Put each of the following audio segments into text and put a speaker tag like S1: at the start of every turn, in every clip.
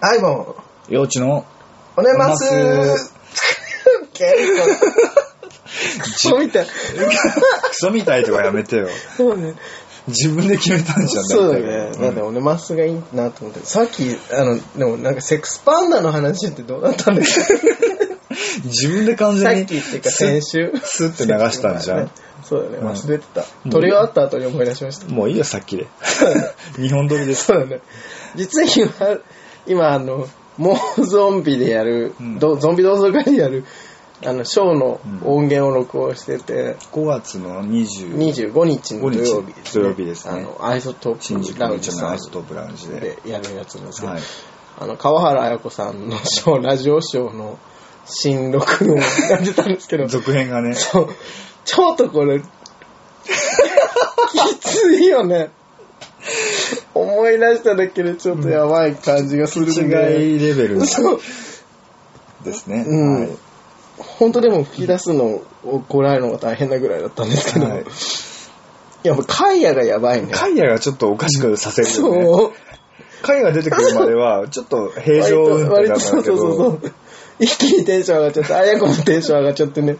S1: はい、も
S2: 幼稚の
S1: う、おねます
S2: おねま。
S1: ケイ コみたい。
S2: クソみたいとかやめてよ。
S1: そうね。
S2: 自分で決めたんじゃん、
S1: そうだ
S2: 大
S1: ね。
S2: 体
S1: なんで、オネマスがいいなと思って。さっき、あの、でもなんか、セックスパンダの話ってどうだったんだっ け
S2: 自分で完
S1: さ
S2: 全
S1: っ
S2: に。
S1: きっていうか、先週。
S2: スッスッて流したんじゃん。
S1: そうだね。
S2: うん
S1: 忘れてた。撮り終わった後に思い出しました。
S2: もういいよ、さっきで。日本撮りです。
S1: そうだね。実は今、今、あの、もうゾンビでやる、
S2: うん
S1: どゾンビ同窓会でやる、あの、ショーの音源を録音してて、
S2: 5月の20
S1: 25日の土曜日
S2: 25日土曜日ですね
S1: あの、アイソト
S2: 新
S1: ッ
S2: 宿
S1: プラ
S2: の
S1: ウ
S2: う
S1: ン
S2: ち
S1: ジ
S2: の
S1: さ
S2: ア
S1: ん
S2: イストーブラウンジで。
S1: でやるやつなんですけど、
S2: はい。
S1: あの、川原綾子さんのショー、ラジオショーの新録 音が出たんですけど、
S2: 続編がね。
S1: そう、ちょっとこれ、きついよ ね。思い出しただけでちょっとやばい感じがする
S2: 違
S1: んで。
S2: いレベルです
S1: そう。
S2: ね。
S1: うん
S2: はい
S1: 本当でも吹き出すのをこらえるのが大変なぐらいだったんですけど、
S2: はいい、
S1: やっぱカイアがやばいね。
S2: カイアがちょっとおかしくさせるよね。
S1: そう。
S2: カイアが出てくるまでは、ちょっと平常運転
S1: 割
S2: だ
S1: と、
S2: った
S1: そ
S2: んだ
S1: う
S2: け
S1: そうそうそ
S2: ど、
S1: う。一気にテンション上がっちゃって、あやこもテンション上がっちゃってね、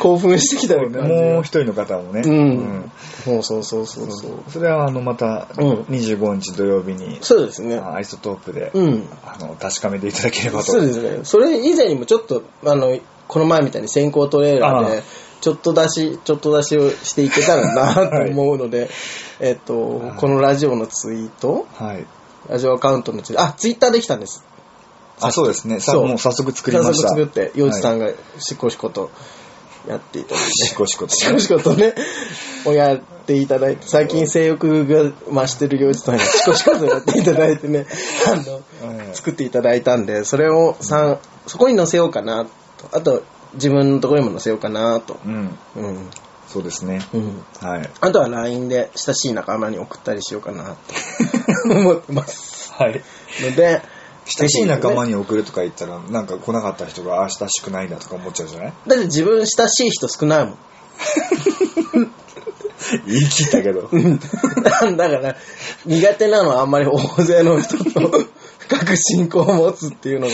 S1: 興奮してきたよね。
S2: もう一人の方もね。
S1: うん
S2: うん
S1: もうそうそうそうそう。
S2: それはあのまた
S1: うん
S2: 25日土曜日に
S1: そうですね。
S2: アイソトープで
S1: うん。
S2: あの確かめていただければと
S1: そうですね。それ以前にもちょっと、あの、この前みたいに先行トレーラー
S2: ああ
S1: で、ちょっと出し、ちょっと出しをしていけたらなと思うの で、えっと
S2: あ、あ
S1: このラジオのツイート、
S2: はい
S1: ラジオアカウントのツイート、あ、ツイッターできたんです。
S2: あそうですねさ
S1: そう
S2: もう早速作りまし
S1: 早
S2: た
S1: 速作って、洋一さん
S2: が
S1: がしこしことやっていただいて。
S2: シコシコと
S1: しこしことね、 をやっていただいて、最近性欲が増してる洋一さんにしこしことやっていただいて ね、あの、
S2: はい
S1: 作っていただいたんで、それをさんそこに載せようかなと。あと、自分のところにも載せようかなと。
S2: うん
S1: うん。
S2: そうですね
S1: うん。
S2: はい
S1: あとは LINE で親しい仲間に送ったりしようかな と思ってます。
S2: はい
S1: ので、
S2: 親しい仲間
S1: に。
S2: に送るとか言ったらなんか来なかった人があ親しくないんだとか思っちゃうじゃない
S1: だって自分親しい人少ない もん。
S2: 言い切ったけど
S1: なんだから、苦手なのはあんまり大勢の人と深く信仰を持つっていうのが、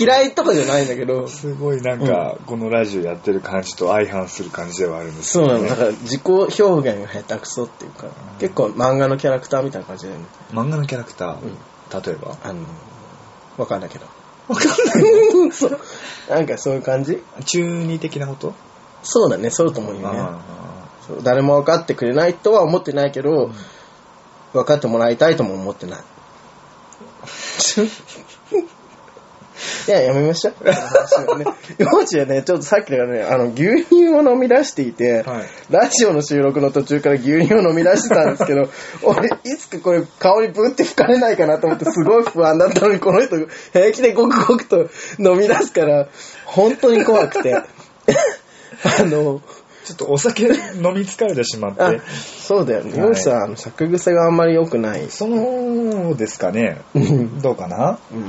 S1: 嫌いとかじゃないんだけど、
S2: すごいなんかこのラジオやってる感じと相反する感じではあるんです
S1: そ
S2: け
S1: う
S2: ど
S1: な
S2: ね
S1: の、だから自己表現が下手くそっていうか、結構漫画のキャラクターみたいな感じだよね。
S2: 漫画のキャラクター例えば
S1: あの、わかんないけど。
S2: わかんない
S1: そう。なんかそういう感じ
S2: 中二的なこと
S1: そうだね、そうと思うよね。
S2: あ
S1: そう誰も分かってくれないとは思ってないけど、分かってもらいたいとも思ってない。いや、やめましょう。この話はね幼稚はね、ちょっとさっきからね、あの、牛乳を飲み出していて、
S2: はい
S1: ラジオの収録の途中から牛乳を飲み出してたんですけど、俺、いつかこれ、顔にブって吹かれないかなと思って、すごい不安だったのに、この人、平気でごくごくと飲み出すから、本当に怖くて。あの、
S2: ちょっとお酒飲み疲れてしまっ
S1: あ
S2: て、
S1: そうだよね。
S2: はい
S1: 幼稚さん、あの作癖があんまり良くない。
S2: そのですかね
S1: うん
S2: どうかな、
S1: うん
S2: う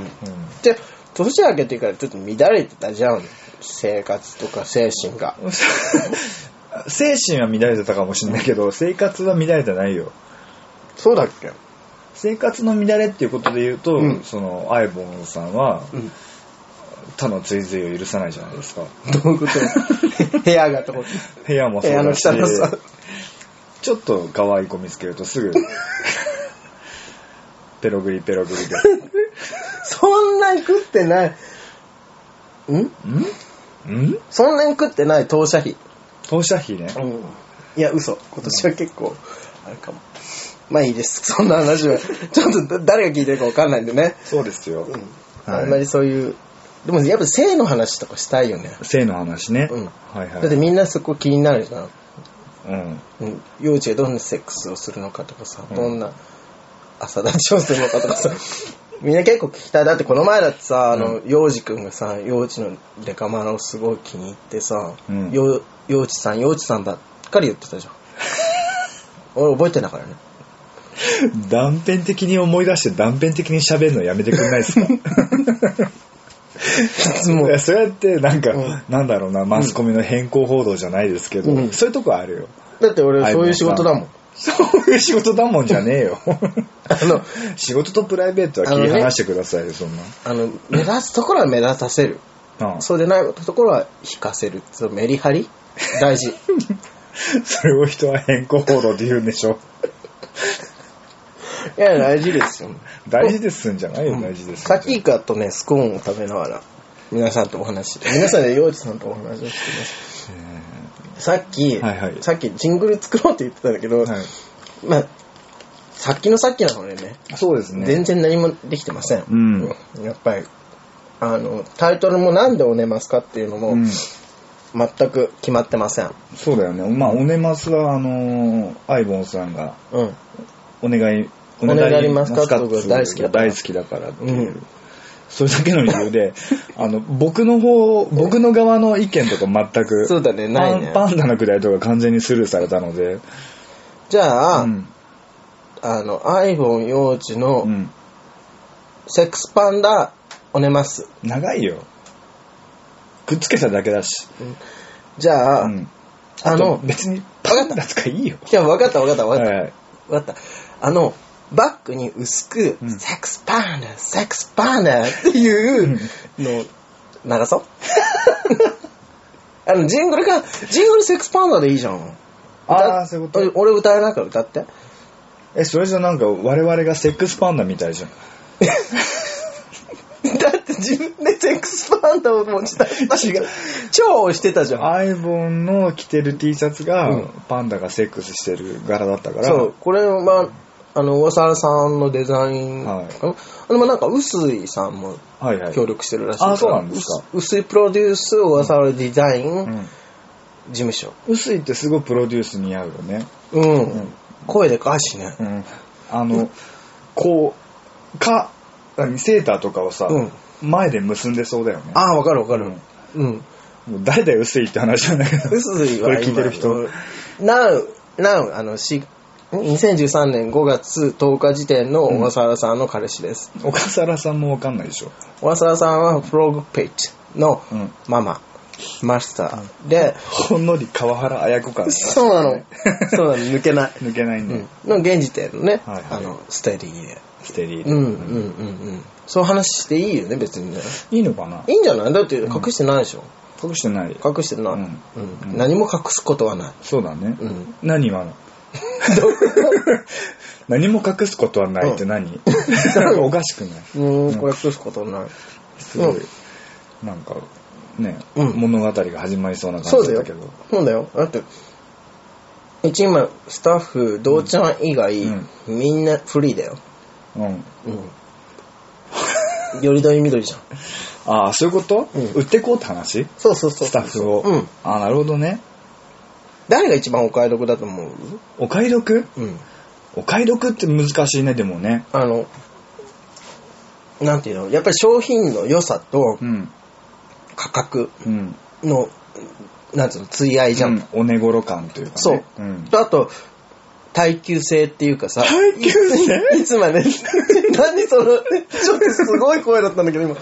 S1: で、年明けてからちょっと乱れてたじゃん。生活とか精神が。
S2: ん、精神は乱れてたかもしれないけど生活は乱れてないよ
S1: そうだっけ
S2: 生活の乱れっていうことで言うと、
S1: うん
S2: そのアイボンさんは
S1: うん。
S2: 他の追随を許さないじゃないですか
S1: どういうこと 部屋がとこ。
S2: 部屋も
S1: 部
S2: そう
S1: 屋の
S2: だし
S1: 汚さ。
S2: ちょっと可愛い子見つけるとすぐペログリペログリ で
S1: そんなに食ってない。ん
S2: んん
S1: そんなに食ってない当社費。
S2: 投射費ね
S1: うん。いや、嘘。今年は結構、あるかも。まあいいです。そんな話 は。ちょっとだ誰が聞いてるかわかんないんでね。
S2: そうですよ、
S1: あんまりそういう。でもやっぱ性の話とかしたいよね。
S2: 性の話ね、
S1: うん
S2: はいはい
S1: だってみんなそこ気になるじゃん。
S2: うん
S1: うん、幼稚がどんなセックスをするのかとかさ、
S2: うん
S1: どんな朝立ちをするのかとかさ、 みんな結構聞きたい。だってこの前だってさ、あの、幼児くんがさ、幼稚のデカマラをすごい気に入ってさ、
S2: うん
S1: よ幼稚さん、幼稚さんばっかり言ってたじゃん。俺覚えてんだからね。
S2: 断片的に思い出して断片的に喋るのやめてくんないですか
S1: つ も
S2: いやそうやってなんか、
S1: うん
S2: なんだろうなマスコミの変更報道じゃないですけど、
S1: うん
S2: そういうとこあるよ
S1: だって俺そういう仕事だもん。
S2: そういう仕事だもんじゃねえよ。
S1: あの、
S2: 仕事とプライベートは切り離してくださいよ、そんな。
S1: あの、目立つところは目立たせる。
S2: ああ
S1: そうでないところは引かせる。そのメリハリ大 事。
S2: それを人は変更報道で言うんでしょ。
S1: いや、大事ですよ。
S2: 大事ですんじゃないよ、大事ですんじゃ
S1: さ
S2: な
S1: っ
S2: い。
S1: きイカとね、スコーンを食べながら、皆さんとお話し、皆さんで洋治さんとお話をしてます。さっき、
S2: はいはい
S1: さっきジングル作ろうって言ってたんだけど、
S2: はい
S1: まあ、さっきのさっきなのでね、
S2: そうですね。
S1: 全然何もできてません。
S2: うん
S1: やっぱり、あの、タイトルもなんでおねますかっていうのも、
S2: うん
S1: 全く決まってません。
S2: そうだよね。まあ、オネマスは、あのーアイボンさんが、
S1: うん。
S2: お願い、お
S1: 願い
S2: 願い
S1: マスカットが大好きだから
S2: 大好きだからっていう
S1: うん
S2: それだけの理由で、 あの、僕の方、僕の側の意見とか全く、
S1: そうだねないね
S2: パンパンダのくだりとか完全にスルーされたので、
S1: じゃあ、
S2: うん。
S1: あの、アイボン幼児
S2: う
S1: の
S2: ん
S1: セックスパンダ、おねます。
S2: 長いよ。くっつけただけだし。
S1: じゃあ、
S2: うん
S1: あ
S2: と
S1: の、
S2: 別にパンダとかいいよ。
S1: いや、わかったわかったわかった。
S2: はいはい
S1: わかった。あの、バックに薄く、
S2: うん
S1: セックスパンダ、セックスパンダっていうのを流そう。 あの、ジングルが、ジングルセックスパンダでいいじゃん。
S2: あーそういうこと
S1: と。俺歌えないから歌って。
S2: え、それじゃなんか我々がセックスパンダみたいじゃん。
S1: だって自分でセックスパンダを持ち出し
S2: 違
S1: た
S2: う。
S1: 超押してたじゃん。
S2: アイボンの着てる T シャツが、
S1: うん
S2: パンダがセックスしてる柄だったから、
S1: そう、これは、あの、小笠原さんのデザイン、
S2: はい
S1: あのあの、まあ、なんか、臼井さんも
S2: はいはい。
S1: 協力してるらしい
S2: あそうなんですか
S1: うす臼井プロデュース、小笠原デザイン、
S2: うん。
S1: 事務所。
S2: 薄いってすごいプロデュース似合うよね。
S1: うん。
S2: ん
S1: 声でかいしね
S2: う。ん。あの、こう、か、何セーターとかをさ、
S1: うん
S2: 前で結んでそうだよね。
S1: ああ、わかるわかる。うん。
S2: もう誰だよ、薄いって話なんだけど。
S1: 臼、井、
S2: こ
S1: は
S2: れ聞いてる人。
S1: なう、なう、あの、し、2013年5月10日時点の小笠原さんの彼氏です。
S2: 小笠原さんもわかんないでしょ。
S1: 小笠原さんはフロッグペッチの
S2: うん
S1: ママ、マスター、で、
S2: ほんのり川原綾子感が。
S1: そうなの。 そうなの、抜けない。
S2: 抜けないん
S1: う
S2: だよ
S1: ん。の現時点のね、
S2: はいはい
S1: あの、ステディで。
S2: ステリーで
S1: うんうんうんうん。そういう話していいよね、別にね。
S2: いいのかない
S1: いんじゃないだって隠してないでしょ。
S2: 隠してない。
S1: 隠してない、
S2: うん
S1: うん何も隠すことはない。
S2: そうだね。
S1: うん
S2: 何今の 何も隠すことはないって何、 なんかおかしくない
S1: うん、これ隠すことない。
S2: すごい、
S1: う
S2: なんかね、
S1: うん
S2: 物語が始まりそうな
S1: そ
S2: 感
S1: う
S2: じ
S1: だ
S2: だ
S1: よ
S2: ったけど。
S1: そうだよ。だって、うち今、スタッフ、どうちゃん以外、
S2: うん
S1: みんなフリーだよ。
S2: うん、
S1: うん。 よりどりみどりじゃん。
S2: ああそういうこと、
S1: うん
S2: 売ってこうって話
S1: そうそうそう。
S2: スタッフを、
S1: うん。
S2: ああなるほどね
S1: 誰が一番お買い得だと思う
S2: お買い得
S1: うん。
S2: お買い得って難しいねでもね
S1: あの、なんていうのやっぱり商品の良さと
S2: うん
S1: 価格
S2: うん
S1: の、なんつうの、追い合いじゃん。
S2: うんお値頃感というか、ね、
S1: そう、
S2: ん、
S1: とあと、耐久性っていうかさ。
S2: 耐久性
S1: いついつまで 何その、ちょっとすごい声だったんだけ ど、今。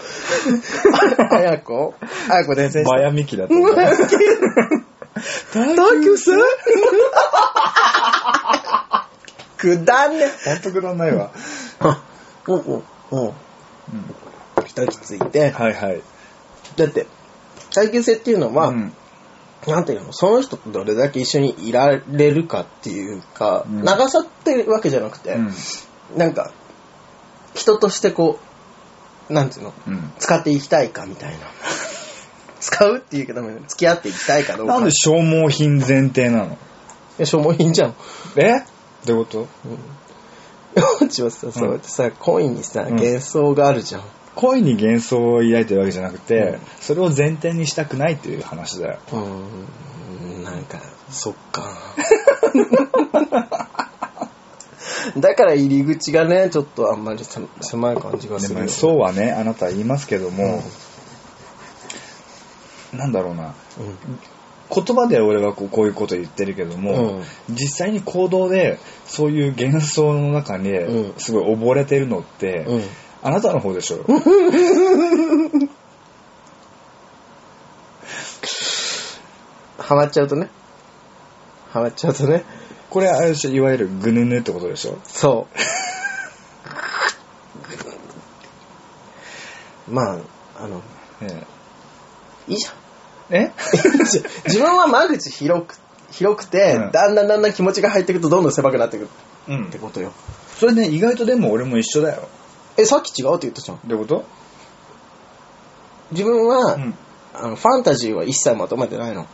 S1: ああやこあやこ伝染し
S2: バ
S1: た。
S2: ヤミキだ と思う
S1: 耐久性くだんね。
S2: ほんとくだんないわ
S1: おおお一息ついて。
S2: はいはい
S1: だって、耐久性っていうのは、
S2: うん
S1: なんていうの、その人とどれだけ一緒にいられるかっていうか、
S2: うん
S1: 長さってわけじゃなくて、
S2: うん
S1: なんか、人としてこう、なんていうの、
S2: うん
S1: 使っていきたいかみたいな。 使うっていうけど、付き合っていきたいかどうか。
S2: なんで消耗品前提なの
S1: いや消耗品じゃん。
S2: えどういうこと
S1: うちはさ、そうやってさ、恋にさ、
S2: うん
S1: 幻想があるじゃん。
S2: 恋に幻想を抱いてるわけじゃなくて、
S1: うん
S2: それを前提にしたくないっていう話だよ。
S1: うーん、なんか、そっ か。だから入り口がね、ちょっとあんまりさ狭い感じがす
S2: で
S1: る
S2: も
S1: よ、
S2: ね、そうはね、あなたは言いますけども、なんだろうな、言葉で俺はこうこういうこと言ってるけども、
S1: うん
S2: 実際に行動でそういう幻想の中に
S1: うん
S2: すごい溺れてるのって、
S1: うん。うん。
S2: あなたの方でしょうよ。
S1: ハマっちゃうとね。ハマっちゃうとね。
S2: これ、あれでしょいわゆるぐぬぬってことでしょ
S1: そう。 まあ、あの、
S2: え
S1: いいじゃん。
S2: え
S1: 自分は間口広く、広くて、
S2: うん
S1: だんだんだんだん気持ちが入っていくとどんどん狭くなっていく
S2: う
S1: っ
S2: ん
S1: て。ことよ。
S2: それね、意外とでも俺も一緒だよ。
S1: え、さっき違うって言ったじゃん。
S2: どういうこと
S1: 自分は、
S2: うん。
S1: あの、ファンタジーは一切まとめてないの。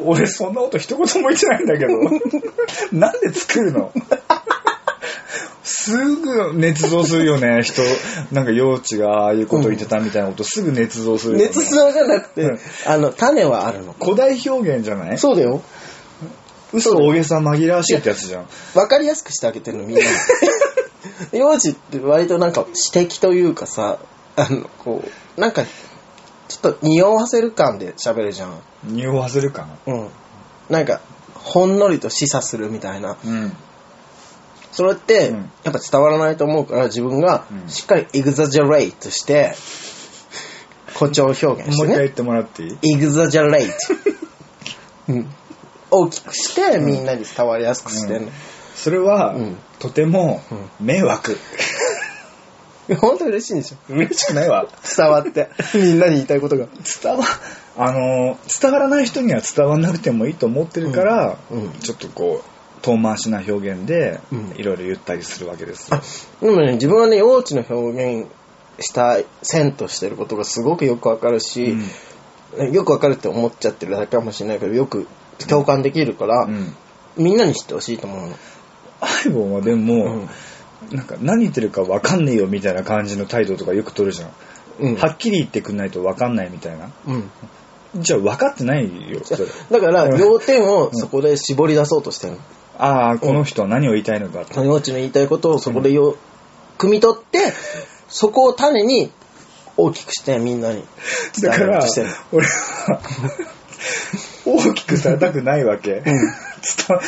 S2: 俺そんなこと一言も言ってないんだけど。 なんで作るのすぐ捏造するよね、人。なんか幼稚がああいうこと言ってたみたいなこと、すぐ捏造するよね。
S1: 熱造じゃなくて、
S2: うん
S1: あの、種はあるの。
S2: 古代表現じゃない
S1: そうだよ。
S2: 嘘大げさ紛らわしいってやつじゃん。
S1: わかりやすくしてあげてるの、 みんなに。幼児って割となんか指摘というかさ、あの、こう、なんか、ちょっと匂わせる感で喋るじゃん。
S2: 匂わせるかな。
S1: うん。なんか、ほんのりと示唆するみたいな。
S2: うん。
S1: それって、
S2: うん
S1: やっぱ伝わらないと思うから、自分が
S2: うん
S1: しっかりエグザジェレイトして、誇張表現し
S2: も
S1: て
S2: う一回
S1: ね。
S2: 言ってもらっていい
S1: エグザジェレイト。 うん。大きくして、みんなに伝わりやすくしてんの。
S2: それは、
S1: うん
S2: とても迷惑。
S1: ほんと嬉しいんでしょ
S2: 嬉しくないわ。
S1: 伝わって。 みんなに言いたいことが。
S2: 伝わ、あの、伝わらない人には伝わらなくてもいいと思ってるから、
S1: うんうん
S2: ちょっとこう、遠回しな表現で
S1: うん、
S2: いろいろ言ったりするわけですよ
S1: あ。でもね、自分はね、幼稚の表現した線としてることがすごくよくわかるし、
S2: うん
S1: よくわかるって思っちゃってるだけかもしれないけど、よく共感できるから、
S2: うん。
S1: みんなに知ってほしいと思うの。
S2: アイボンはでも、
S1: うん
S2: なんか何言ってるかわかんねえよみたいな感じの態度とかよく取るじゃん。
S1: うん。
S2: はっきり言ってくんないとわかんないみたいな。
S1: うん。
S2: じゃあ分かってないよ、それ。
S1: だから、
S2: うん
S1: 要点をそこで絞り出そうとしてるの。
S2: ああ、この人は何を言いたいのかって。
S1: その幼稚の言いたいことをそこでよ、汲み取って、そこを種に大きくしてみんなに伝
S2: だ
S1: え
S2: か
S1: よう
S2: ら
S1: としてる。、
S2: 俺は、大きくされたくないわけ。伝わ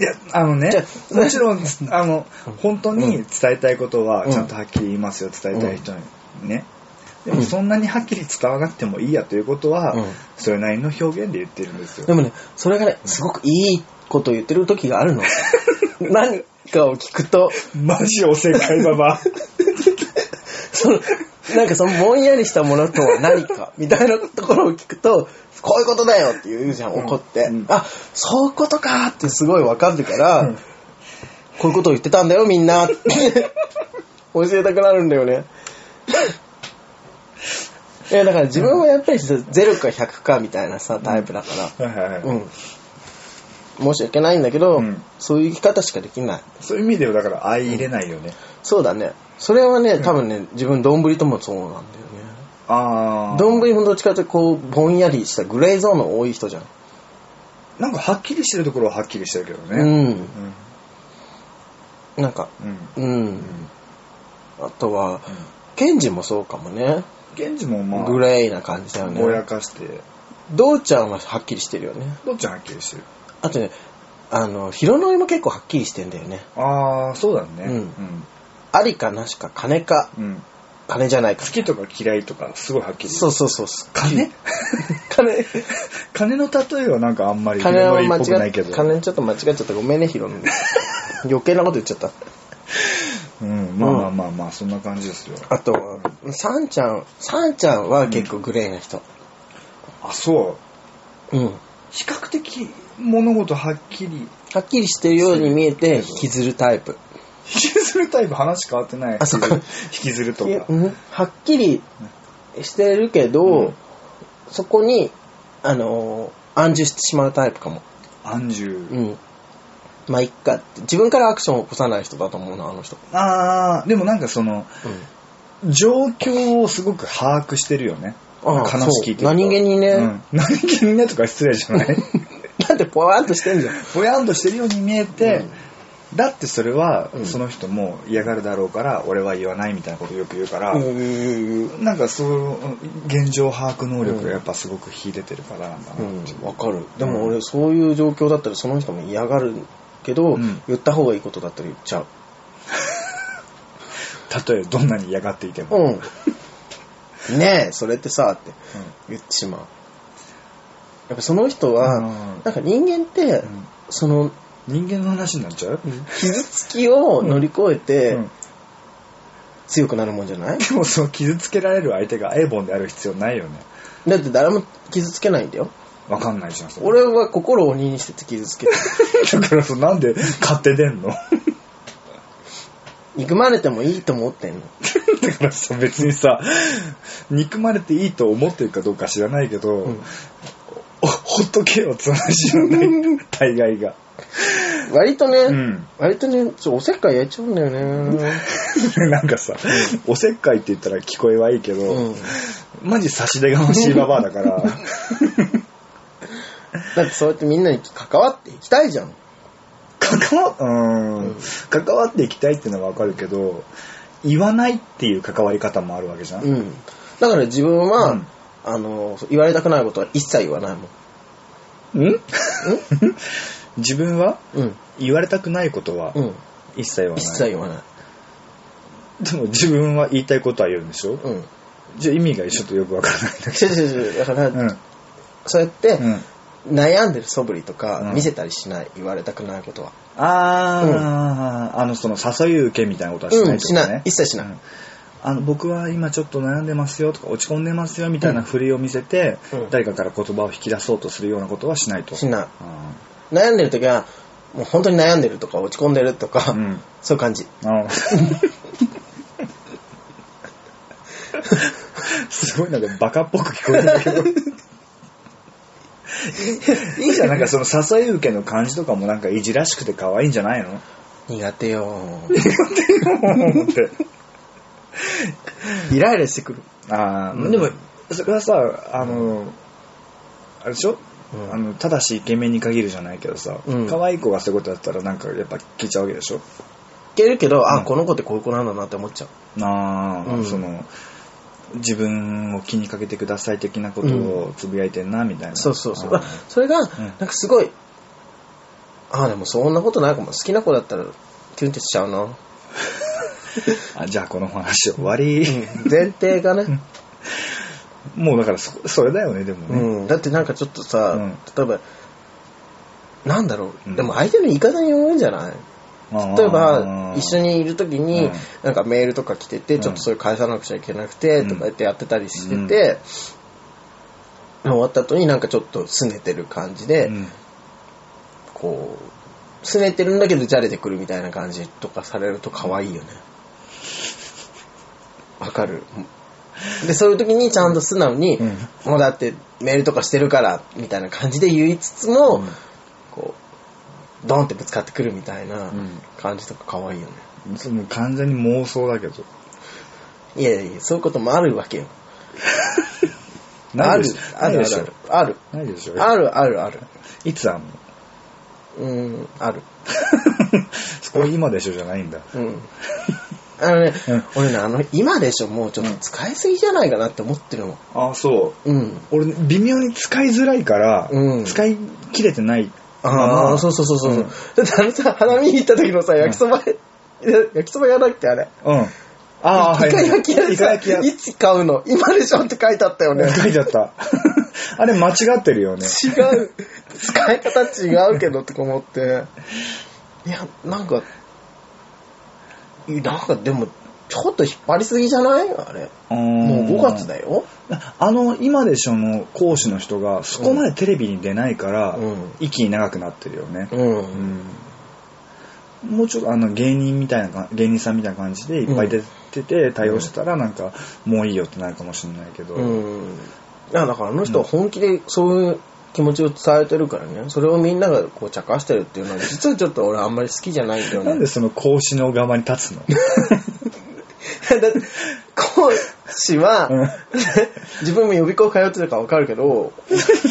S2: いや、あのね
S1: じゃ、あ
S2: もちろん、あの、本当に伝えたいことは、
S1: うん
S2: ちゃんとはっきり言いますよ、伝えたい人に。ね。でも、そんなにはっきり伝わなくてもいいやということは
S1: うん、
S2: それなりの表現で言ってるんです
S1: で
S2: よ。
S1: もね、それがね、すごくいいこと言ってる時があるの。 何かを聞くと、
S2: マジおせっかいババア。
S1: その、なんかそのぼんやりしたものとは何 か、みたいなところを聞くと、こういうことだよって言うじゃん、
S2: うん
S1: 怒って。
S2: うん
S1: あ、そういうことかってすごいわかるから、
S2: うん
S1: こういうことを言ってたんだよ、みん なって。教えたくなるんだよね。いや、だから自分はやっぱり0か100かみたいなさ、タイプだから。
S2: はいはいはい
S1: うん。申し訳ないんだけど、
S2: うん
S1: そういう生き方しかできない。
S2: そういう意味では、だから、相入れないよね。
S1: そうだね。それはね、多分ね、自分、丼ともそうなんだよね。
S2: ああ。
S1: 丼もどっちかというと、こう、ぼんやりしたグレーゾーンの多い人じゃん。
S2: なんかはっきりしてるところははっきりしてるけど
S1: う
S2: ね。
S1: ん。
S2: うん。
S1: なんか、
S2: うん。
S1: うん。あとは、ケンジもそうかもね。
S2: 現地もまあ、
S1: グレーな感じだよ
S2: ぼや
S1: ね。
S2: かして、
S1: どうちゃんははっきりしてるよね。
S2: どっちがはっきりしてる。
S1: あとね、あの、ヒロノイも結構はっきりしてんだよね。
S2: ああ、そうだね。
S1: う
S2: うん。
S1: ありかなしか、金か、
S2: うん。
S1: 金じゃないか
S2: 好。きとか嫌いとか、すごいはっきり。。
S1: そううそうそう。
S2: 金
S1: 金
S2: 金の例えはなんかあんまり
S1: 金を間
S2: っぽく
S1: 違
S2: ない
S1: っ
S2: けど。
S1: 金ちょっと間違っちゃったごめんねヒロミ余計なこと言っちゃった
S2: うん。まあまあまあまあ、そんな感じですよ。
S1: あとはサンちゃんサンちゃんは結構グレーな人
S2: あ、そう。
S1: うん、
S2: 比較的物事はっきり。
S1: はっきりしてるように見えて引きずるタイプ
S2: 引きずるタイプ話変わってない。
S1: あそっか
S2: 引きずると
S1: いや
S2: か
S1: う。んはっきりしてるけど、
S2: うん
S1: そこにあのー安住してしまうタイプかも
S2: アンジュ
S1: うんまあいっかって自分からアクションを起こさない人だと思うなあの 人
S2: ああ、でもなんかその、
S1: うん
S2: 状況をすごく把握してるよね。
S1: ああ
S2: 話聞いてると
S1: そう何気にね
S2: うん何気にねとか失礼じゃない
S1: だってポワーンとしてんじゃん
S2: ぼやんとしてるように見えて、だってそれは
S1: うん
S2: その人も嫌がるだろうから俺は言わないみたいなことよく言うから、
S1: うん
S2: なんかそういう現状把握能力がやっぱすごく秀でてるからなんだな、
S1: うん、わかる。でも俺、そういう状況だったらその人も嫌がるけど、
S2: うん
S1: 言った方がいいことだったら言っちゃう。
S2: たとえどんなに嫌がっていても、
S1: うん。 ねえ、それってさ、って言ってしまう。やっぱその人は、
S2: うん
S1: なんか人間って、
S2: うん
S1: その、
S2: 人間の話になっちゃう、
S1: 傷つきを乗り越え
S2: う
S1: て
S2: ん
S1: 強くなるもんじゃない
S2: でもその傷つけられる相手がエボンである必要ないよね。
S1: だって誰も傷つけないんだよ。
S2: わかんないじゃん、それ
S1: 俺は心を鬼にしてて傷つけて。
S2: だからそうなんで買って出んのだ
S1: 憎まれてもいいと思ってんの。
S2: からさ別にさ憎まれていいと思ってるかどうか知らないけど、
S1: うん
S2: おほっとけよって話じゃ ない大概が
S1: 割とね、
S2: うん
S1: 割とね、ちょおせっかいやっちゃうんだよね。
S2: なんかさおせっかいって言ったら聞こえはいいけど、
S1: うん
S2: マジ差し出が欲しいババアだから
S1: だってそうやってみんなに関わっていきたいじゃん。
S2: 関わうん関わっていきたいっていうのはわかるけど言わないっていう関わり方もあるわけじゃん、
S1: うん。だから自分は、
S2: うん
S1: あの、言われたくないことは一切言わないもん。
S2: ん 自分は
S1: うん。
S2: 言われたくないことは
S1: うん。
S2: 一切言わない、
S1: 一切言わない。
S2: でも自分は言いたいことは言うんでしょ、
S1: うん。
S2: じゃあ意味がちょっとよくわからないんだ
S1: 違う違う違う。だから、
S2: け
S1: そうやって
S2: ど。、うん。うん。
S1: 悩んでる素振りとか
S2: うん
S1: 見せたりしない、言われたくないことは。
S2: あー、あの、その誘い受けみたいなことはしないっ
S1: うん
S2: てこと
S1: しない一切しない
S2: んあの僕は今ちょっと悩んでますよとか落ち込んでますよみたいな振りを見せて、
S1: うん
S2: 誰かから言葉を引き出そうとするようなことはしないと。
S1: しない
S2: あ
S1: 悩んでる時は、もう本当に悩んでるとか落ち込んでるとか、
S2: ーうん。
S1: そういう感じ。
S2: あーすごいなんかバカっぽく聞こえるんだけど。いいじゃん、なんかその誘い受けの感じとかもなんかいじらしくて可愛いんじゃないの
S1: 苦手よ。
S2: って。
S1: イライラしてくる。
S2: ああ、
S1: うん
S2: でも、それはさ、あの、あれでしょ、
S1: うん
S2: あのただしイケメンに限るじゃないけどさ、
S1: うん
S2: 可愛い子がそういうことだったらなんかやっぱ聞いちゃうわけでしょ
S1: いけるけど、
S2: う
S1: あ、
S2: ん
S1: この子ってこういう子なんだなって思っちゃう。
S2: ああ、
S1: うん
S2: その、自分を気にかけてください的なことをつぶやいてんな、みたいな。
S1: そうそうそう。
S2: あ
S1: あそれが、なんかすごい、ああ、でもそんなことないかも。好きな子だったら、キュンってしちゃうな。
S2: ーあじゃあこの話終わり。
S1: 前提がね。
S2: もうだからそ、それだよね、でもね。
S1: うん。だってなんかちょっとさ、
S2: うん
S1: 例えば、なんだろ
S2: うん
S1: う。でも相手の言い方によるんじゃない例えば、一緒
S2: に、
S1: にいるとき
S2: う
S1: に
S2: ん、
S1: なんかメールとか来てて、
S2: うん
S1: ちょっとそれ返さなくちゃいけなくて、
S2: うん
S1: とかやってやってたりしてて、終わった後になんかちょっと拗ねてる感じで、
S2: うん
S1: こう、拗ねてるんだけどじゃれてくるみたいな感じとかされると可愛いよね。わかる。で、そういう時にちゃんと素直に、
S2: うん
S1: もうだってメールとかしてるから、みたいな感じで言いつつも、こう、ドンってぶつかってくるみたいな
S2: うん
S1: 感じとか可愛いよね。
S2: うんその完全に妄想だけど。
S1: いやいやいや、そういうこともあるわけよ。
S2: な
S1: あ
S2: い
S1: る
S2: でし、ょ
S1: ある
S2: な
S1: あ
S2: いでしょ
S1: る、ある、
S2: ないでしょ
S1: ある、ある、ある。
S2: いつあんの
S1: うーん、ある。
S2: そこ今でしょじゃないんだ。
S1: うん。あのね
S2: うん、
S1: 俺ね、あの、今でしょ、もうちょっと使いすぎじゃないかなって思ってるの。
S2: あ、そう。
S1: うん。
S2: 俺、微妙に使いづらいから、
S1: うん
S2: 使い切れてない。
S1: あ
S2: ま
S1: あ、そうそうそうそう。
S2: う
S1: うんだってあのさ、花見に行った時のさ、焼きそば、 焼きそばやらなくてあれ。
S2: うん。ああ、
S1: イカ焼きや
S2: イ
S1: で
S2: カ
S1: さ、
S2: 焼きや。
S1: いつ買うの今でしょって書いてあったよね。
S2: 書いてあった。あれ 間違ってるよね。
S1: 違う。使い方違うけどとか思って。いや、なんか、なんかでも、ちょっと引っ張りすぎじゃないあれ。も
S2: も
S1: う5月だ
S2: よ。
S1: よ。
S2: あの、今でしょの講師の人が、そこまでテレビに出ないから、
S1: うん
S2: 一気に長くなってるよね。
S1: う。
S2: うんんもうちょっとあの芸人みたいなか、芸人さんみたいな感じでいっぱい出てて対応してたらなんかもういいよってなるかもしれないけど、
S1: うん。いや、だからあの人は本気でそういう気持ちを伝えてるからね。それをみんながこう茶化してるっていうのは、実はちょっと俺あんまり好きじゃないんだよね。
S2: なんでその講師の側に立つ の
S1: だって講師は、
S2: うん
S1: 自分も予備校通ってるからわかるけど、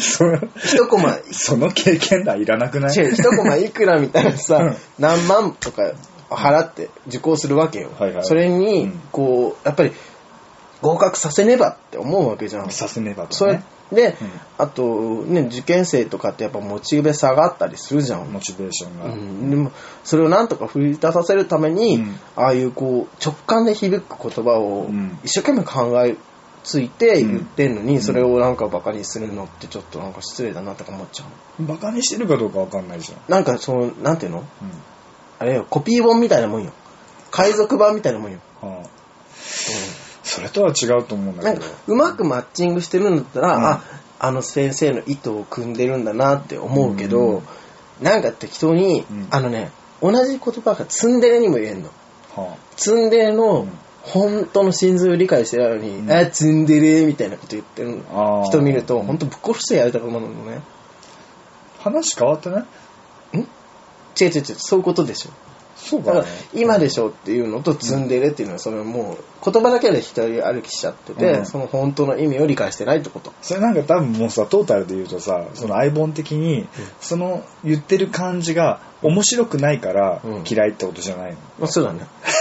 S2: その
S1: 一コマ、
S2: その経験談いらなくない
S1: 違う、一コマいくらみたいなさ、
S2: うん
S1: 何万とか払って受講するわけよ。
S2: はいはい
S1: それ
S2: う
S1: に
S2: ん、
S1: こう、やっぱり合格させねばって思うわけじゃん。
S2: させねばと
S1: そ
S2: ね
S1: れで、
S2: うん
S1: あと、ね、受験生とかってやっぱモチベ下がったりするじゃん。
S2: モチベーションが、
S1: うん、でもそれをなんとか振り出させるために、
S2: うん
S1: ああいうこう直感で響く言葉を
S2: うん
S1: 一生懸命考えついて
S2: うん
S1: 言ってんのに、それをなんかバカにするのってちょっとなんか失礼だなとか思っちゃう。
S2: バカにしてるかどうかわかんないじゃん。
S1: なんかその、なんていうの
S2: う
S1: あれよ、コピー本みたいなもんよ。海賊版みたいな もんよ。
S2: ん。ああそれとは違うと思うん
S1: うん、な
S2: だ
S1: ん
S2: け
S1: か
S2: ど。、
S1: うまくマッチングしてるんだったら、
S2: うん
S1: あ、あの先生の意図を組んでるんだなって思うけ
S2: う
S1: ど、
S2: ん
S1: なんか適当に、
S2: うん
S1: あのね、同じ言葉がツンデレにも言えんの。
S2: は
S1: ツンデレ
S2: う
S1: の
S2: ん
S1: 本当の真髄を理解してないのに、
S2: うん
S1: あ、ツンデレみたいなこと言ってる
S2: あー
S1: 人見ると、本当ぶっ殺してやりたくなるのね。
S2: あ、話変わってない
S1: 違う違う違う、そういうことでしょ。
S2: そう
S1: だ
S2: か
S1: か
S2: ね
S1: ら、今でしょっていうのとツンデレっていうのは、それはもう、言葉だけで一人歩きしちゃってて、
S2: うん
S1: その本当の意味を理解してないってこと。
S2: それなんか多分もうさトータルで言うとさその相棒的にその言ってる感じが面白くないから
S1: うん
S2: 嫌いってことじゃないの、
S1: まあ、そうだね。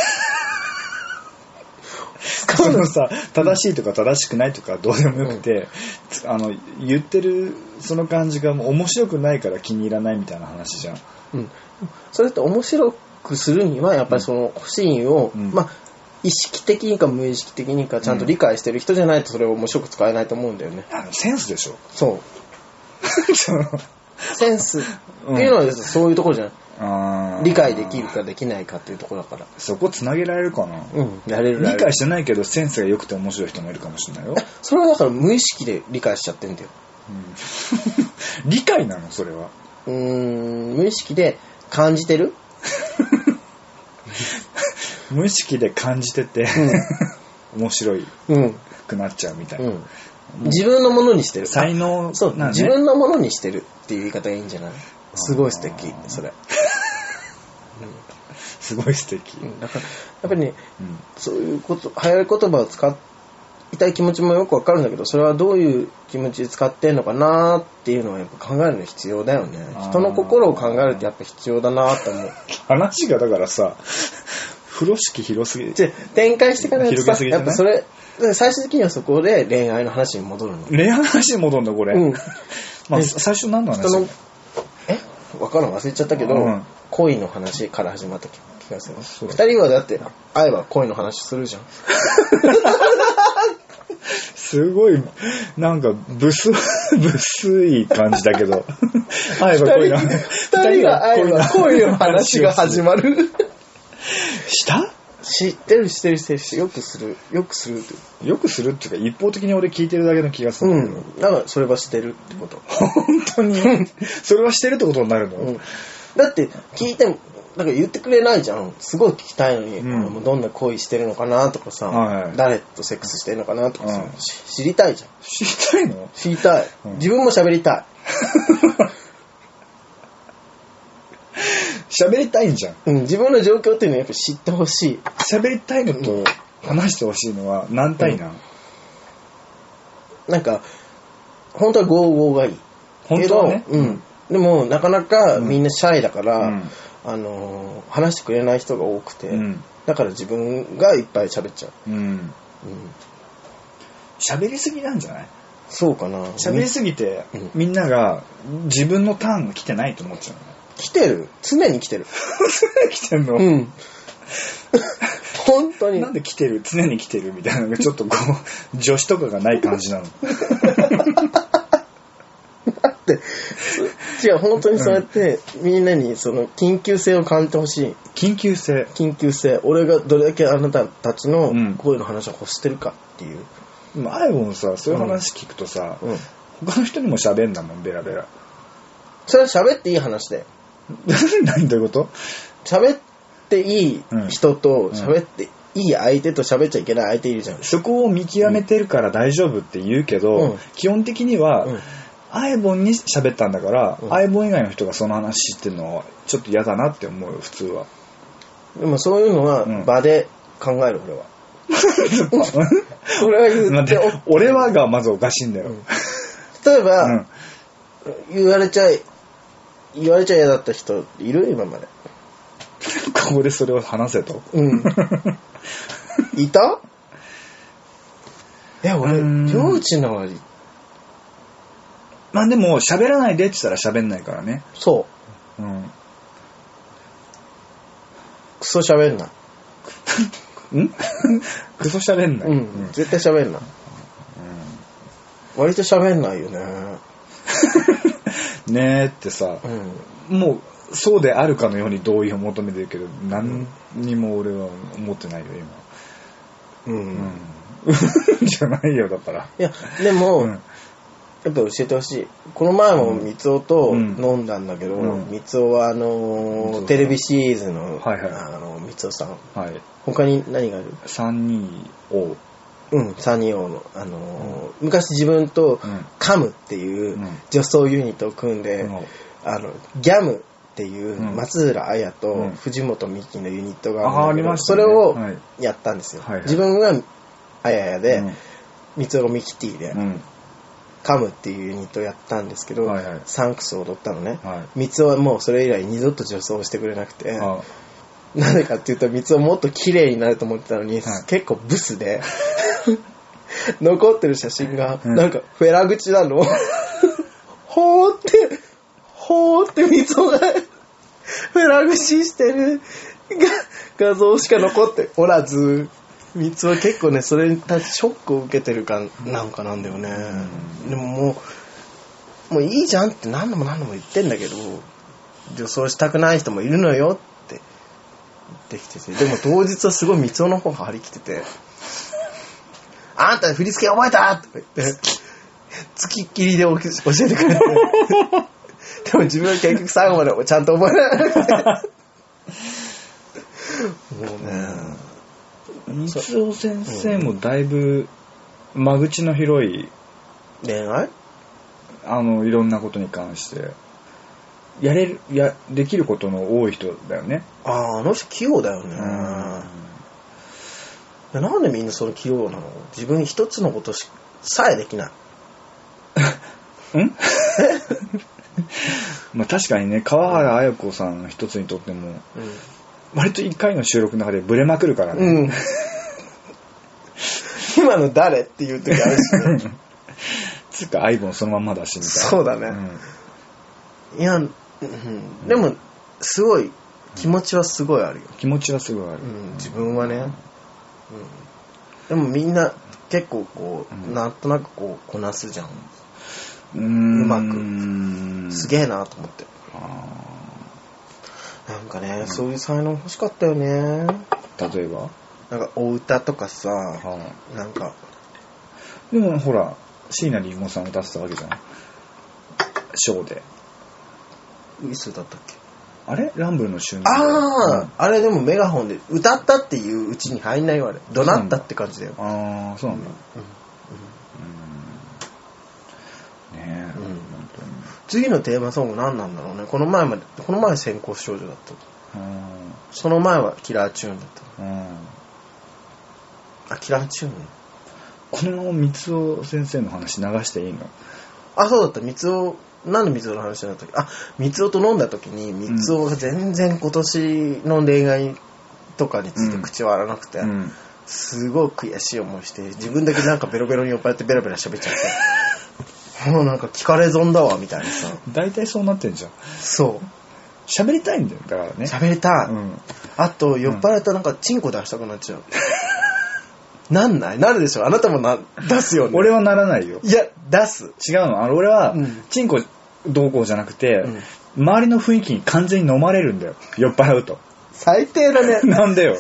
S2: そのさ正しいとか正しくないとかどうでもよくて、つあの言ってるその感じがもう面白くないから気に入らないみたいな話じゃん
S1: うん。それって面白くするには、やっぱりそのシーンを、
S2: うん
S1: まあ、意識的にか無意識的にかちゃんと理解してる人じゃないとそれを面白く使えないと思うんだよね。
S2: あのセンス でしょ
S1: そう。
S2: その
S1: センスっていうのはそういうところじゃない、
S2: あー
S1: 理解できるかできないかっていうところだから
S2: そこつなげられるかな、
S1: うんやれるやれ
S2: 理
S1: る
S2: 解してないけどセンスが良くて面白い人もいるかもしれないよ、
S1: それはだから無意識で理解しちゃってんだよ
S2: うん 理解なのそれは
S1: うーん無意識で感じてる
S2: 無意識で感じてて、面白
S1: うん、
S2: くなっちゃうみたいうな、
S1: ん、自分のものにしてる
S2: 才能
S1: そう、
S2: なのね
S1: 自分のものにしてるっていう言い方がいいんじゃないすごい素敵
S2: あー
S1: それ、
S2: すごい素敵、
S1: うん、だからやっぱりね
S2: うん
S1: そういうこと流行り言葉を使いたい気持ちもよくわかるんだけどそれはどういう気持ちで使ってんのかなーっていうのはやっぱ考えるの必要だよね
S2: あー
S1: 人の心を考えるってやっぱ必要だなーって思う
S2: 話がだからさ風呂敷広すぎ
S1: じゃ展開していかないと
S2: 広げ
S1: さ、
S2: すぎじゃ
S1: や
S2: な
S1: っぱ
S2: い
S1: それで最終的にはそこで恋愛の話に戻るの
S2: 恋愛の話に戻んのこれ、
S1: うん
S2: まあ、
S1: ね
S2: 最初何の話
S1: 人のえわからん忘れちゃったけど、
S2: うん
S1: 恋の話から始まった気気がする
S2: そう
S1: 二人はだって会えば恋の話するじゃん
S2: すごいなんかブス ブスい感じだ けど会えば恋の
S1: 二人が会えば恋の話が始まる
S2: した
S1: 知ってる知ってる知ってるよくするよくするって
S2: よくするっていうか一方的に俺聞いてるだけの気がする
S1: うん
S2: だけど、
S1: んだからそれはしてるってこと、
S2: 本当にそれはしてるってことになるの、
S1: うん、だって聞いてもなんか言ってくれないじゃんすごい聞きたいのに、
S2: うん
S1: あのもうどんな恋してるのかなとかさ、
S2: はいはい
S1: 誰とセックスしてるのかなとかさ、
S2: うん
S1: し知りたいじゃん
S2: 知りたいの
S1: 知りたい、
S2: うん
S1: 自分も喋りたい
S2: 喋りたいんじゃん
S1: うん、自分の状況っていうのはやっぱ知ってほしい。
S2: 喋りたいのと話してほしいのは何対何、
S1: なんか、本当は55がいい。
S2: 本当はね
S1: けどうん。でも、なかなかみんなシャイだから、
S2: うん
S1: あのー話してくれない人が多くて、
S2: うん
S1: だから自分がいっぱい喋っちゃう。
S2: うん
S1: うん、
S2: 喋りすぎなんじゃない
S1: そうかな。
S2: 喋りすぎて
S1: うん
S2: みんなが自分のターンが来てないと思っちゃうの
S1: 来てる。常に来てる。
S2: 常に来てんの、
S1: うん。 本当に
S2: な。んで来てる常に来てるみたいなのがちょっとこう女子とかがない感じなの
S1: だって、違う、本当にそうやって、みんなにその緊急性を感じてほしい。
S2: 緊急性
S1: 緊急性俺がどれだけあなたたちの
S2: うん
S1: 声の話を欲してるかっていう、
S2: でもアイボンさそういう話聞くとさ、
S1: うん、
S2: 他の人にも喋んだもんベラベラ
S1: それは喋っていい話で
S2: 何どういうこと
S1: 喋っていい人と
S2: ん
S1: 喋っていい相手と喋っちゃいけない相手いるじゃん、
S2: そこを見極めてるから大丈夫って言うけど、
S1: うん
S2: 基本的には、
S1: うん
S2: アイボンに喋ったんだから、
S1: うん
S2: アイボン以外の人がその話知ってるのはちょっと嫌だなって思うよ普通は
S1: でもそういうのは
S2: うん
S1: 場で考える俺は、俺は言っ
S2: 待
S1: て
S2: っ
S1: お
S2: て俺はがまずおかしいんだよ、
S1: う
S2: うんん
S1: 例えば、言われちゃい言われちゃ嫌だった人いる今まで
S2: ここでそれを話せと
S1: うんいたいや俺
S2: うん
S1: 領地の割
S2: まあでも喋らないでって言ったら喋んないからね、
S1: そう
S2: うん、
S1: クソ喋んな
S2: うん クソ喋んない、
S1: う
S2: うん
S1: ん、絶対喋んな。割と喋んないよね。
S2: ねえってさ
S1: う、ん。
S2: もう、そうであるかのように同意を求めてるけど、何にも俺は思ってないよ、
S1: うん。
S2: 今。うん。 じゃないよ、だから。
S1: いや、でも、
S2: うん
S1: やっぱ教えてほしい。この前も三つと
S2: うん
S1: 飲んだんだけど、
S2: うん
S1: 三つはあのー
S2: 三尾
S1: テレビシリーズの、
S2: はいはい
S1: あの、三つさん。
S2: はい。
S1: 他に何がある
S2: 3、2を。
S1: うん、サニオの、あのー昔自分と
S2: うん
S1: カムっていううん女装ユニットを組んで、
S2: うん
S1: あの、ギャムっていう
S2: うん
S1: 松浦綾
S2: う
S1: と
S2: ん
S1: 藤本美貴のユニットが
S2: あー
S1: あるんだけど
S2: ありましたね
S1: それを
S2: はい
S1: やったんですよ。
S2: はいはい
S1: 自分が綾やで、
S2: うん
S1: 三つがミキティで、
S2: うん。
S1: カムっていうユニットをやったんですけど、
S2: はいはい
S1: サンクスを踊ったのね。
S2: はい。
S1: 三つはもうそれ以来二度と女装してくれなくて、
S2: あ
S1: なんでかっていうと、三つをもっと綺麗になると思ってたのに、
S2: はい
S1: 結構ブスで、 残ってる写真が、
S2: うん
S1: なんかフェラ口なの。 ほーって、ほーって三つが、フェラ口してるが画像しか残っておらず、三つは結構ね、それに対してショックを受けてるかなんかなんだよね。でももう、もういいじゃんって何度も何度も言ってんだけど、女装したくない人もいるのよって言ってきてて、でも当日はすごい三尾の方が張り切ってて、あんた振り付け覚えたとか言って、つきっきりでおき教えてくれ て。でも自分は結局最後までちゃんと覚えられなくて。もうね、
S2: 三尾先生もだいぶ、間口の広い、
S1: 恋愛
S2: あの、いろんなことに関して、やれる、や、できることの多い人だよね。
S1: ああ、あの人器用だよね。
S2: う
S1: いやなんでみんなその器用なの自分一つのことしさえできない。
S2: ん。 んまあ確かにね、川原綾子さんの一つにとっても、割と一回の収録の中でブレまくるからね。
S1: うん。 今の誰っていう時あるし ね。
S2: つうか、アイボンそのまんまだし、みたいな。
S1: そうだね
S2: ん
S1: いや、うん、でも、すごい、気持ちはすごいあるよ。
S2: 気持ちはすごいある
S1: う。ん、自分はね。うん、でもみんな、結構こ
S2: う
S1: う、
S2: ん
S1: なんとなくこう、こなすじゃん。
S2: うーん
S1: うま
S2: く
S1: すげえなと思って。なんかね、そういう才能欲しかったよね。
S2: 例えば、
S1: なんか、お歌とかさ、
S2: は
S1: なんか、
S2: いでもほら、椎名林檎さんを出したわけじゃん。ショーで。
S1: ウィスだったっけ
S2: あれランブルの収入。
S1: ああ、
S2: うん
S1: あれでもメガホンで歌ったっていううちに入んないよあれ怒鳴ったって感じだよ
S2: あー、そうなんだ。
S1: うん
S2: うんねえ、
S1: うん
S2: 本当に
S1: 次のテーマソング何なんだろうねこの前までこの前先行少女だった
S2: うん
S1: その前はキラーチューンだっ
S2: うん
S1: たあキラーチューンね
S2: このまま三尾先生の話流していいの
S1: あそうだった三尾なんで三尾の話になったっけあ三尾と飲んだ時に三尾が全然今年の恋愛とかについて口を割らなくて、
S2: うん
S1: すごい悔しい思いして、自分だけなんかベロベロに酔っ払ってベラベラ喋っちゃって。 もうなんか聞かれ損だわ、みたいなさ。
S2: 大体そうなってんじゃん。
S1: そ
S2: 喋りたいんだよ、だから
S1: う。
S2: ね。
S1: 喋りたい。
S2: うん。
S1: あと、酔っ払ったらなんかチンコ出したくなっちゃう。なんないなるでしょあなたもな、出すよね。
S2: 俺はならないよ。
S1: いや、出す。
S2: 違うの。あの俺は
S1: うん、
S2: チンコどうこうじゃなくて
S1: うん、
S2: 周りの雰囲気に完全に飲まれるんだよ。酔っ払う と。
S1: 最低だね。
S2: なんだよ。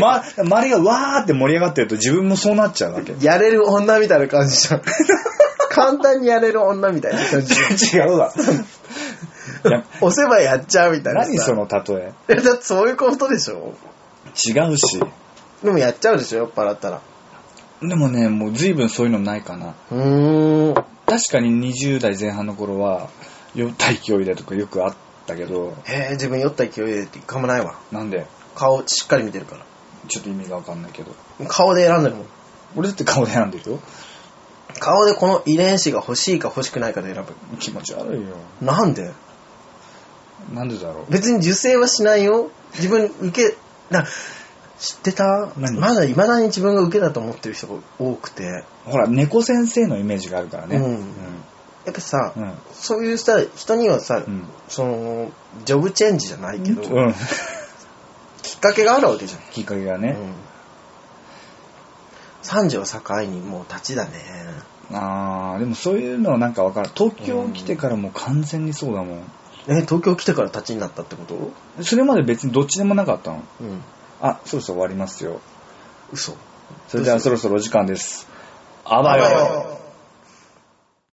S2: ま、周りがわーって盛り上がってると自分もそうなっちゃうわけ。
S1: やれる女みたいな感じじゃ ん。簡単にやれる女みたいな感じ。
S2: 違う わ。いや
S1: 押せばやっちゃうみたいなさ。
S2: 何その例え
S1: いやだってそういうことでしょ
S2: 違うし。
S1: でもやっちゃうでしょ酔っ払ったら。
S2: でもね、もう随分そういうのないかな。
S1: うーん。
S2: 確かに20代前半の頃は、酔った勢いだとかよくあったけど、
S1: へえ自分酔った勢いでって一回もないわ
S2: なんで、
S1: 顔しっかり見てるか
S2: ちょっと意味がわかんないけど。
S1: ら顔で選んでるもん
S2: 俺だって顔で選んでるよ。
S1: 顔でこの遺伝子が欲しいか欲しくないかで選
S2: 気持ち悪いよ。
S1: ぶなんで
S2: なんでだろう。
S1: 別に受精はしないよ自分受けな知ってた
S2: 何
S1: まだいまだに自分が受けだと思ってる人が多くて
S2: ほら、猫先生のイメージがあるからね。
S1: うん
S2: うん。
S1: やっぱさ、
S2: うん。
S1: そういうさ人にはさ、
S2: うん
S1: そのジョブチェンジじゃないけど、
S2: うん。
S1: きっかけがあるわけじゃん、
S2: きっかけが
S1: う
S2: ね。
S1: ん、30を境にもう立ちだね
S2: あーでもそういうのはなんかわかる東京来てからもう完全にそうだもん
S1: え、東京来てから立ちになったってことう
S2: それまで別にどっちでもなかったの
S1: ん。
S2: あそろそろ終わりますよ
S1: 嘘。
S2: それではそろそろお時間ですあばよ